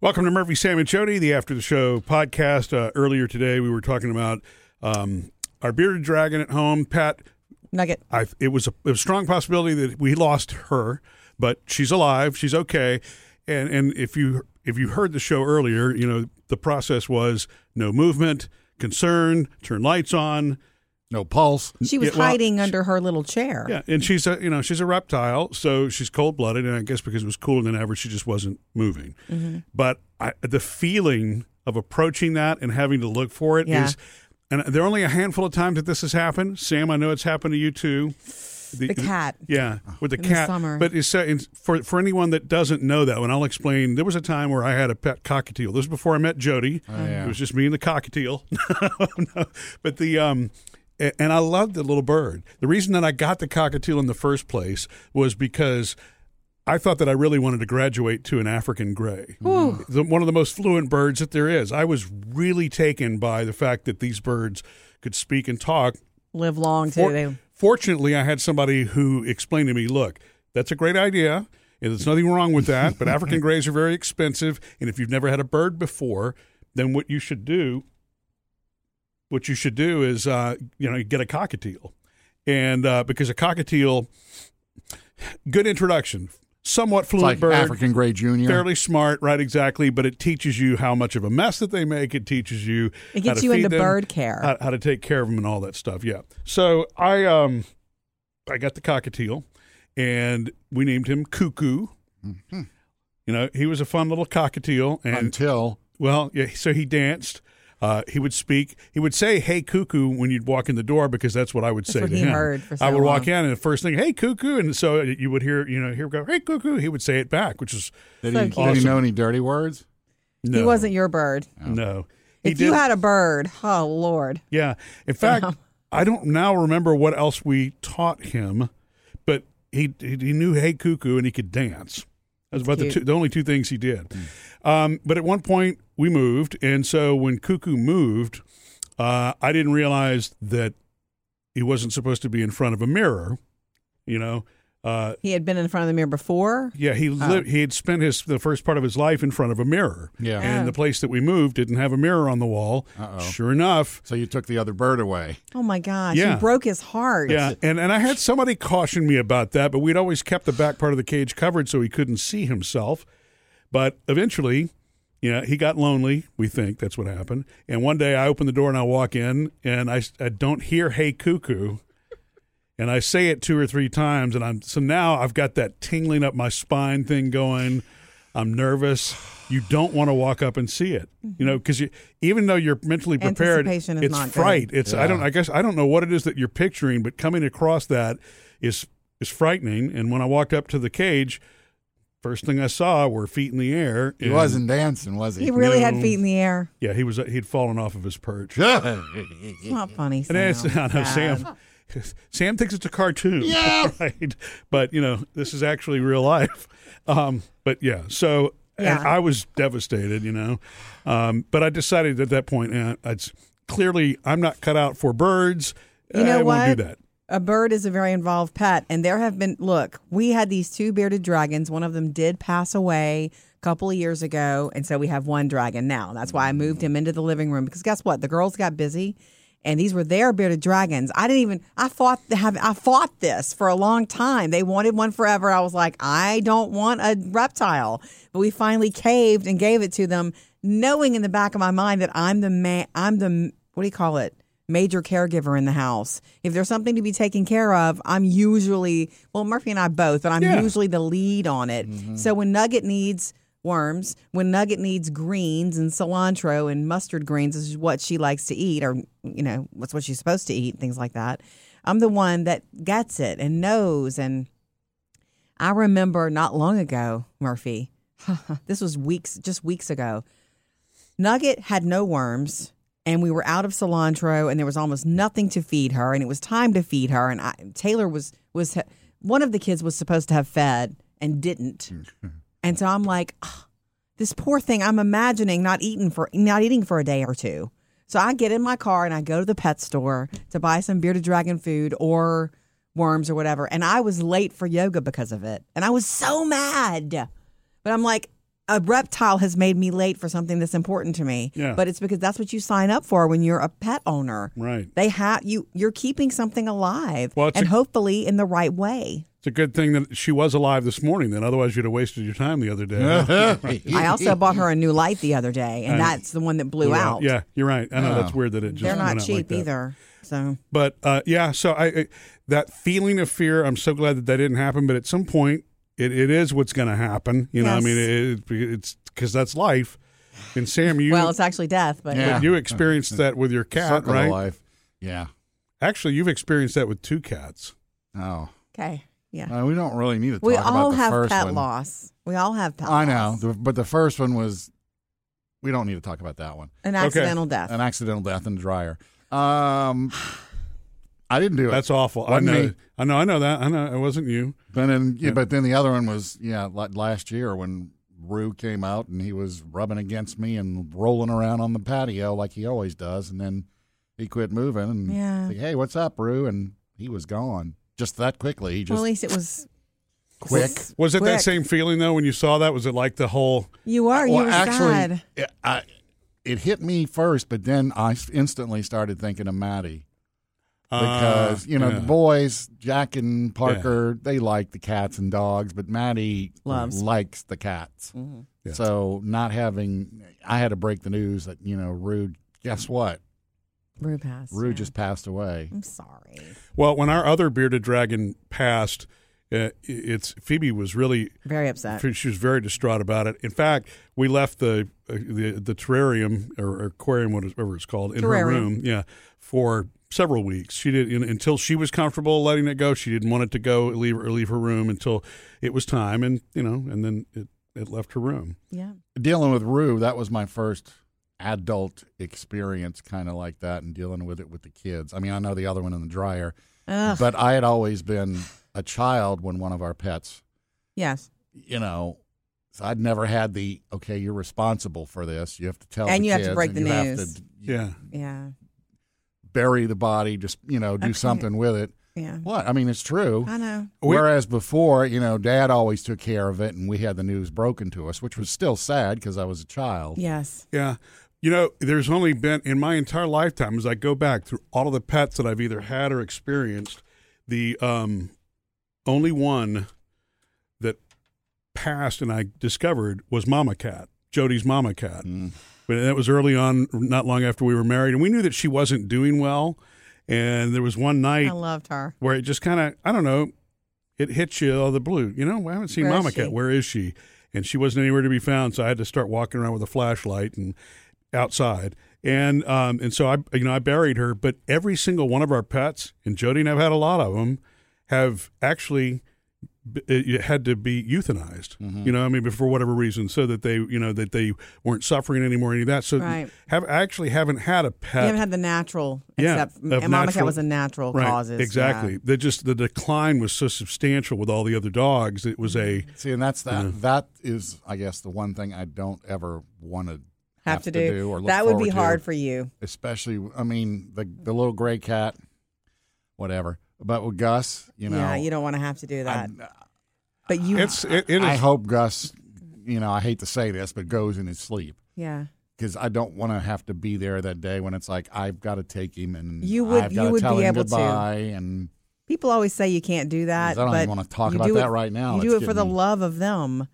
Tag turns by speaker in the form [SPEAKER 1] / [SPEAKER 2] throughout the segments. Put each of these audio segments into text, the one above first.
[SPEAKER 1] Welcome to Murphy, Sam, and Jody, the After the Show podcast. Uh, earlier today, we were talking about um, our bearded dragon at home, Pat.
[SPEAKER 2] Nugget.
[SPEAKER 1] I, it was a, it was a strong possibility that we lost her, but she's alive. She's okay. And and if you if you heard the show earlier, you know the process was no movement, concern, turn lights on.
[SPEAKER 3] No pulse.
[SPEAKER 2] She was
[SPEAKER 1] Yeah, well,
[SPEAKER 2] hiding under her little chair.
[SPEAKER 1] Yeah, and she's a you know she's a reptile, so she's cold blooded, and I guess because it was cooler than ever, she just wasn't moving.
[SPEAKER 2] Mm-hmm.
[SPEAKER 1] But I, the feeling of approaching that and having to look for it is,
[SPEAKER 2] Yeah.
[SPEAKER 1] and there are only a handful of times that this has happened. Sam, I know it's happened to you too.
[SPEAKER 2] The cat.
[SPEAKER 1] Yeah, with the
[SPEAKER 2] In the
[SPEAKER 1] cat.
[SPEAKER 2] summer.
[SPEAKER 1] But it's, uh, it's- for for anyone that doesn't know that one, I'll explain. There was a time where I had a pet cockatiel. This was before I met Jody.
[SPEAKER 3] yeah.
[SPEAKER 1] It was just me and the cockatiel. No, but the um, a- and I loved the little bird. The reason that I got the cockatiel in the first place was because. I thought that I really wanted to graduate to an African gray, the, one of the most fluent birds that there is. I was really taken by the fact that these birds could speak and talk,
[SPEAKER 2] Live long
[SPEAKER 1] for-
[SPEAKER 2] too. They-
[SPEAKER 1] fortunately, I had somebody who explained to me, look, that's a great idea. And there's nothing wrong with that, but African grays are very expensive. And if you've never had a bird before, then what you should do, what you should do is, uh, you know, you get a cockatiel. And uh, because a cockatiel, good introduction, somewhat
[SPEAKER 3] It's
[SPEAKER 1] fluent
[SPEAKER 3] like
[SPEAKER 1] bird,
[SPEAKER 3] African Grey Junior.
[SPEAKER 1] fairly smart, right? Exactly. But it teaches you how much of a mess that they make. It teaches you how
[SPEAKER 2] It gets
[SPEAKER 1] to
[SPEAKER 2] you
[SPEAKER 1] feed
[SPEAKER 2] into
[SPEAKER 1] them, Uh,
[SPEAKER 2] bird care.
[SPEAKER 1] how, how to take care of them and all that stuff. Yeah. So I um I got the cockatiel, and we named him Cuckoo.
[SPEAKER 2] Mm-hmm.
[SPEAKER 1] You know, he was a fun little cockatiel, and
[SPEAKER 3] until
[SPEAKER 1] well, yeah. So he danced. Uh, he would speak. He would say, "Hey, cuckoo!" when you'd walk in the door because that's what I would
[SPEAKER 2] That's
[SPEAKER 1] say
[SPEAKER 2] what
[SPEAKER 1] to
[SPEAKER 2] he
[SPEAKER 1] him.
[SPEAKER 2] heard for so
[SPEAKER 1] I would walk
[SPEAKER 2] long.
[SPEAKER 1] in and the first thing, "Hey, cuckoo!" and so you would hear, you know, here we go, "Hey, cuckoo!" He would say it back, which is
[SPEAKER 3] did,
[SPEAKER 2] So
[SPEAKER 3] he,
[SPEAKER 2] cute.
[SPEAKER 3] did he
[SPEAKER 1] Awesome.
[SPEAKER 3] know any dirty words?
[SPEAKER 1] no,
[SPEAKER 2] He wasn't your bird.
[SPEAKER 1] no. He
[SPEAKER 2] If you had a bird, oh Lord.
[SPEAKER 1] Yeah. In fact,
[SPEAKER 3] Uh-huh.
[SPEAKER 1] I don't now remember what else we taught him, but he he he knew Hey Cuckoo and he could dance. That's about the,
[SPEAKER 2] Cute.
[SPEAKER 1] two, the only two things he did.
[SPEAKER 3] Hmm.
[SPEAKER 1] Um, but at one point we moved, and so when Cuckoo moved, uh, I didn't realize that he wasn't supposed to be in front of a mirror. You know, uh,
[SPEAKER 2] He had been in front of the mirror before.
[SPEAKER 1] yeah, he li- he had spent his the first part of his life in front of a mirror.
[SPEAKER 3] Yeah.
[SPEAKER 1] and the place that we moved didn't have a mirror on the wall.
[SPEAKER 3] Uh-oh.
[SPEAKER 1] Sure enough,
[SPEAKER 3] So you took the other bird away.
[SPEAKER 2] Oh my gosh.
[SPEAKER 1] Yeah.
[SPEAKER 2] He broke his heart.
[SPEAKER 1] Yeah, and, and I had somebody caution me about that, but we'd always kept the back part of the cage covered so he couldn't see himself. But eventually, you know, he got lonely. We think that's what happened. And one day, I open the door and I walk in, and I, I don't hear "Hey Cuckoo," and I say it two or three times, and I'm so now I've got that tingling up my spine thing going. I'm nervous. You don't want to walk up and see it, you know, because you, even though you're mentally prepared, it's
[SPEAKER 2] Mm-hmm. Anticipation is not good.
[SPEAKER 1] fright. It's I don't. I guess I don't know what it is that you're picturing, but coming across that is is frightening. And when I walked up to the cage, first thing I saw were feet in the air.
[SPEAKER 3] He
[SPEAKER 1] and-
[SPEAKER 3] wasn't dancing, was
[SPEAKER 2] He
[SPEAKER 3] he?
[SPEAKER 2] really had
[SPEAKER 1] No.
[SPEAKER 2] feet in the air.
[SPEAKER 1] Yeah, he was. He'd fallen off of his perch.
[SPEAKER 2] It's not funny.
[SPEAKER 1] And it's,
[SPEAKER 2] Sam.
[SPEAKER 1] I know,
[SPEAKER 2] Sad.
[SPEAKER 1] Sam. Sam thinks it's a cartoon.
[SPEAKER 3] Yeah.
[SPEAKER 1] right. But you know, this is actually real life. Um, but yeah, so
[SPEAKER 2] Yeah.
[SPEAKER 1] And I was devastated, you know. Um, but I decided at that point, eh, it's clearly I'm not cut out for birds.
[SPEAKER 2] You know
[SPEAKER 1] I won't
[SPEAKER 2] what?
[SPEAKER 1] do that.
[SPEAKER 2] A bird is a very involved pet, and there have been. Look, we had these two bearded dragons. One of them did pass away a couple of years ago, and so we have one dragon now. That's why I moved him into the living room because guess what? The girls got busy, and these were their bearded dragons. I didn't even. I fought to have. I fought this for a long time. They wanted one forever. I was like, I don't want a reptile, but we finally caved and gave it to them, knowing in the back of my mind that I'm the man. I'm the what do you call it? major caregiver in the house. If there's something to be taken care of, I'm usually, well, Murphy and I both, but I'm
[SPEAKER 1] Yeah.
[SPEAKER 2] usually the lead on it. So when Nugget needs worms, when Nugget needs greens and cilantro and mustard greens is what she likes to eat, or, you know, what's what she's supposed to eat, things like that. I'm the one that gets it and knows. And I remember not long ago, Murphy, this was weeks, just weeks ago. Nugget had no worms, and we were out of cilantro, and there was almost nothing to feed her, and it was time to feed her. And I, Taylor was was one of the kids was supposed to have fed and didn't, and so I'm like, "Ah, this poor thing. I'm imagining not eating for not eating for a day or two. So I get in my car and I go to the pet store to buy some bearded dragon food or worms or whatever. And I was late for yoga because of it, and I was so mad. But I'm like, a reptile has made me late for something that's important to me.
[SPEAKER 1] Yeah.
[SPEAKER 2] But it's because that's what you sign up for when you're a pet owner.
[SPEAKER 1] Right.
[SPEAKER 2] They have you you're keeping something alive
[SPEAKER 1] Well, it's
[SPEAKER 2] and
[SPEAKER 1] a-
[SPEAKER 2] hopefully in the right way.
[SPEAKER 1] It's a good thing that she was alive this morning, then otherwise you'd have wasted your time the other day.
[SPEAKER 2] I also bought her a new light the other day and that's the one that blew out.
[SPEAKER 1] Yeah, you're right. I know that's weird that it just
[SPEAKER 2] They're
[SPEAKER 1] went
[SPEAKER 2] not
[SPEAKER 1] out like
[SPEAKER 2] cheap
[SPEAKER 1] that.
[SPEAKER 2] either. So
[SPEAKER 1] But uh, yeah, so I, I that feeling of fear. I'm so glad that that didn't happen. But at some point, it, it is what's going to happen. You know, I
[SPEAKER 2] Yes.
[SPEAKER 1] mean, it, it's because that's life. And Sam, you
[SPEAKER 2] well, it's actually death, but
[SPEAKER 3] Yeah.
[SPEAKER 1] you experienced that with your cat,
[SPEAKER 3] Circle
[SPEAKER 1] right?
[SPEAKER 3] of life. Yeah.
[SPEAKER 1] Actually, you've experienced that with two cats.
[SPEAKER 3] Oh,
[SPEAKER 2] okay. Yeah.
[SPEAKER 3] Uh, we don't really need to talk
[SPEAKER 2] we
[SPEAKER 3] about
[SPEAKER 2] all
[SPEAKER 3] the
[SPEAKER 2] have
[SPEAKER 3] first
[SPEAKER 2] pet
[SPEAKER 3] one.
[SPEAKER 2] loss. We all have pet
[SPEAKER 3] I know,
[SPEAKER 2] loss.
[SPEAKER 3] the- but the first one was. We don't need to talk about that one.
[SPEAKER 2] An accidental death.
[SPEAKER 3] An accidental death in the dryer. Um, I didn't do it.
[SPEAKER 1] That's awful.
[SPEAKER 3] Wasn't
[SPEAKER 1] I know.
[SPEAKER 3] me.
[SPEAKER 1] I know. I know that. I know. It wasn't you.
[SPEAKER 3] But then, yeah, but then the other one was yeah la- last year when Rue came out and he was rubbing against me and rolling around on the patio like he always does, and then he quit moving and
[SPEAKER 2] Yeah.
[SPEAKER 3] like, hey, what's up, Rue? And he was gone just that quickly. He
[SPEAKER 2] well,
[SPEAKER 3] just
[SPEAKER 2] at least it was
[SPEAKER 3] quick.
[SPEAKER 1] Was it
[SPEAKER 2] Quick.
[SPEAKER 1] that same feeling though when you saw that? Was it like the whole?
[SPEAKER 2] You are. you
[SPEAKER 3] well,
[SPEAKER 2] were
[SPEAKER 3] actually,
[SPEAKER 2] sad.
[SPEAKER 3] it, I, it hit me first, but then I s- instantly started thinking of Maddie.
[SPEAKER 2] Ah,
[SPEAKER 1] uh,
[SPEAKER 3] because you know
[SPEAKER 1] yeah.
[SPEAKER 3] the boys, Jack and Parker, they like the cats and dogs, but Maddie
[SPEAKER 2] Loves.
[SPEAKER 3] likes the cats.
[SPEAKER 1] Yeah.
[SPEAKER 3] So not having, I had to break the news that you know Rude. Guess what?
[SPEAKER 2] Rue passed.
[SPEAKER 3] Rude
[SPEAKER 2] yeah.
[SPEAKER 3] just passed away.
[SPEAKER 2] I'm sorry.
[SPEAKER 1] Well, when our other bearded dragon passed, uh, it's Phoebe was really
[SPEAKER 2] Very upset.
[SPEAKER 1] she was very distraught about it. In fact, we left the uh, the, the terrarium or, or aquarium, whatever it's called, in her
[SPEAKER 2] Terrarium.
[SPEAKER 1] room, yeah, for several weeks. She did in, until she was comfortable letting it go. She didn't want it to go leave or leave her room until it was time, and you know, and then it, it left her room.
[SPEAKER 2] Yeah.
[SPEAKER 3] Dealing with Rue, that was my first adult experience, kind of like that, and dealing with it with the kids. I mean, I know the other one in the dryer,
[SPEAKER 2] Ugh.
[SPEAKER 3] but I had always been a child when one of our pets
[SPEAKER 2] Yes.
[SPEAKER 3] you know, so I'd never had the okay. You're responsible for this. You have to tell,
[SPEAKER 2] And
[SPEAKER 3] the
[SPEAKER 2] you have to
[SPEAKER 3] kids,
[SPEAKER 2] break
[SPEAKER 3] and
[SPEAKER 2] the
[SPEAKER 3] you have
[SPEAKER 2] news.
[SPEAKER 3] to
[SPEAKER 1] Yeah,
[SPEAKER 2] Yeah.
[SPEAKER 3] bury the body. Just you know, do
[SPEAKER 2] Okay.
[SPEAKER 3] something with it.
[SPEAKER 2] Yeah.
[SPEAKER 3] What I mean, it's true.
[SPEAKER 2] I know.
[SPEAKER 1] We-
[SPEAKER 3] Whereas before, you know, Dad always took care of it, and we had the news broken to us, which was still sad because I was a child.
[SPEAKER 2] Yes.
[SPEAKER 1] Yeah. You know, there's only been in my entire lifetime as I go back through all of the pets that I've either had or experienced, the um only one that passed and I discovered was Mama Cat, Jody's Mama Cat. But that was early on, not long after we were married, and we knew that she wasn't doing well. And there was one night
[SPEAKER 2] I loved her.
[SPEAKER 1] where it just kind of I don't know, it hits you out of the blue. You know, I haven't seen
[SPEAKER 2] Where is
[SPEAKER 1] Mama
[SPEAKER 2] she?
[SPEAKER 1] Cat. Where is she? And she wasn't anywhere to be found, so I had to start walking around with a flashlight and outside. And um, and so I you know I buried her, but every single one of our pets, and Jody and I've had a lot of them, have actually b- it had to be euthanized. You know, I mean, for whatever reason, so that they you know that they weren't suffering anymore, any of that. So
[SPEAKER 2] Right.
[SPEAKER 1] have I actually haven't had a
[SPEAKER 2] You
[SPEAKER 1] pet.
[SPEAKER 2] haven't had the natural,
[SPEAKER 1] Yeah,
[SPEAKER 2] except
[SPEAKER 1] of
[SPEAKER 2] and Mama Cat
[SPEAKER 1] natural-
[SPEAKER 2] was a natural causes.
[SPEAKER 1] Exactly.
[SPEAKER 2] Yeah.
[SPEAKER 1] The just the decline was so substantial with all the other dogs. It was a
[SPEAKER 3] See, and that's that. That is, I guess, the one thing I don't ever want to have,
[SPEAKER 2] Have, to do.
[SPEAKER 3] or look
[SPEAKER 2] that would be
[SPEAKER 3] forward to.
[SPEAKER 2] hard for you.
[SPEAKER 3] especially I mean the the little gray cat, whatever. But with Gus, you know,
[SPEAKER 2] yeah. You don't want to have to do that.
[SPEAKER 3] I,
[SPEAKER 2] but you.
[SPEAKER 1] it's it, it
[SPEAKER 3] I
[SPEAKER 1] is
[SPEAKER 3] hope Gus, you know, I hate to say this, but goes in his sleep
[SPEAKER 2] yeah.
[SPEAKER 3] because I don't want to have to be there that day when it's like I've got to take him and
[SPEAKER 2] You would-
[SPEAKER 3] I've
[SPEAKER 2] you
[SPEAKER 3] gotta
[SPEAKER 2] would
[SPEAKER 3] tell
[SPEAKER 2] be
[SPEAKER 3] him
[SPEAKER 2] able to.
[SPEAKER 3] goodbye and
[SPEAKER 2] People always say you can't do that.
[SPEAKER 3] I don't
[SPEAKER 2] but
[SPEAKER 3] even want to talk
[SPEAKER 2] you
[SPEAKER 3] about
[SPEAKER 2] do
[SPEAKER 3] that
[SPEAKER 2] it-
[SPEAKER 3] right now.
[SPEAKER 2] You
[SPEAKER 3] It's
[SPEAKER 2] do it for the
[SPEAKER 3] getting-
[SPEAKER 2] love of them.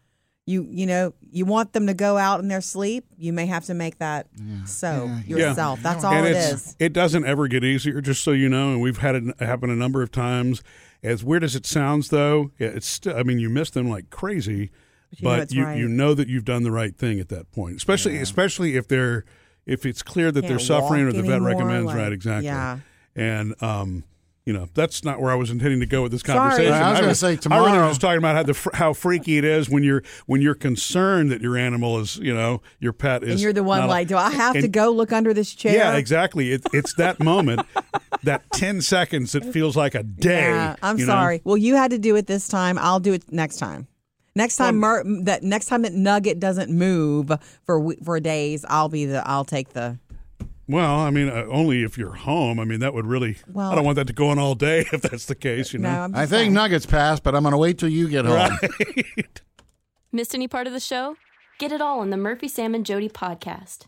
[SPEAKER 2] You you know you want them to go out in their sleep. You may have to make that so
[SPEAKER 1] yeah.
[SPEAKER 2] yourself. That's all
[SPEAKER 1] and
[SPEAKER 2] it
[SPEAKER 1] it's,
[SPEAKER 2] is.
[SPEAKER 1] It doesn't ever get easier, just so you know. And we've had it happen a number of times. As weird as it sounds, though, it's still, I mean, you miss them like crazy, but
[SPEAKER 2] you know it's
[SPEAKER 1] you,
[SPEAKER 2] right.
[SPEAKER 1] you know that you've done the right thing at that point, especially especially if they're if it's clear that they're
[SPEAKER 2] Can't
[SPEAKER 1] suffering or
[SPEAKER 2] walk
[SPEAKER 1] the vet
[SPEAKER 2] anymore,
[SPEAKER 1] recommends
[SPEAKER 2] like-
[SPEAKER 1] right exactly.
[SPEAKER 2] yeah.
[SPEAKER 1] And um, you know, that's not where I was intending to go with this
[SPEAKER 2] Sorry.
[SPEAKER 1] conversation.
[SPEAKER 2] Well,
[SPEAKER 3] I was gonna say
[SPEAKER 1] I really
[SPEAKER 3] tomorrow-
[SPEAKER 1] was just talking about how the fr- how freaky it is when you're when you're concerned that your animal is you know your pet is
[SPEAKER 2] And you're the one
[SPEAKER 1] not-
[SPEAKER 2] like, do I have to
[SPEAKER 1] and-
[SPEAKER 2] go look under this chair?
[SPEAKER 1] yeah, exactly. It, it's that moment, that 10 seconds that feels like a day.
[SPEAKER 2] Yeah, I'm
[SPEAKER 1] you know?
[SPEAKER 2] sorry. Well, you had to do it this time. I'll do it next time. Next time, Mer- that next time that Nugget doesn't move for we- for days, I'll be the I'll take the
[SPEAKER 1] Well, I mean, uh, only if you're home. I mean, that would really, I
[SPEAKER 2] Well-
[SPEAKER 1] don't want that to go on all day if that's the case, you
[SPEAKER 2] no.
[SPEAKER 1] know?
[SPEAKER 2] I'm
[SPEAKER 3] I
[SPEAKER 2] just
[SPEAKER 3] think
[SPEAKER 2] saying.
[SPEAKER 3] Nuggets passed, but I'm going to wait till you get home.
[SPEAKER 1] Right.
[SPEAKER 4] Missed any part of the show? Get it all on the Murphy, Sam, and Jody podcast.